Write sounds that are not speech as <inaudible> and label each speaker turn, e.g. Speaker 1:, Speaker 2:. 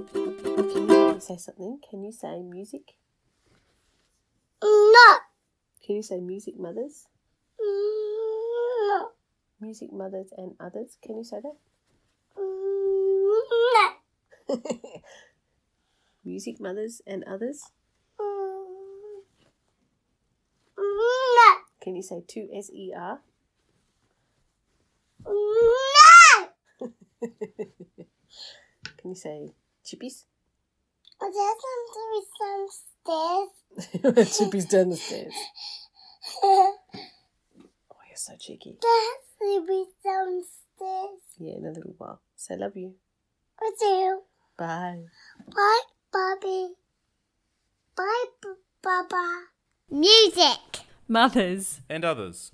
Speaker 1: If you want to say something, can you say music?
Speaker 2: No.
Speaker 1: Can you say music mothers?
Speaker 2: No.
Speaker 1: Music mothers and others. Can you say
Speaker 2: No.
Speaker 1: that? <laughs> music mothers and others.
Speaker 2: No.
Speaker 1: Can you say two S E R?
Speaker 2: No.
Speaker 1: Can you say chippies? <laughs>
Speaker 2: Oh, there's something with some stairs.
Speaker 1: chippies down the stairs. Oh, you're so cheeky.
Speaker 2: There's with some stairs.
Speaker 1: Yeah, in a little while. So love you.
Speaker 2: With you.
Speaker 1: Bye.
Speaker 2: Bye, Bobby. Bye, B- Baba. Music.
Speaker 3: Mothers.
Speaker 4: and others.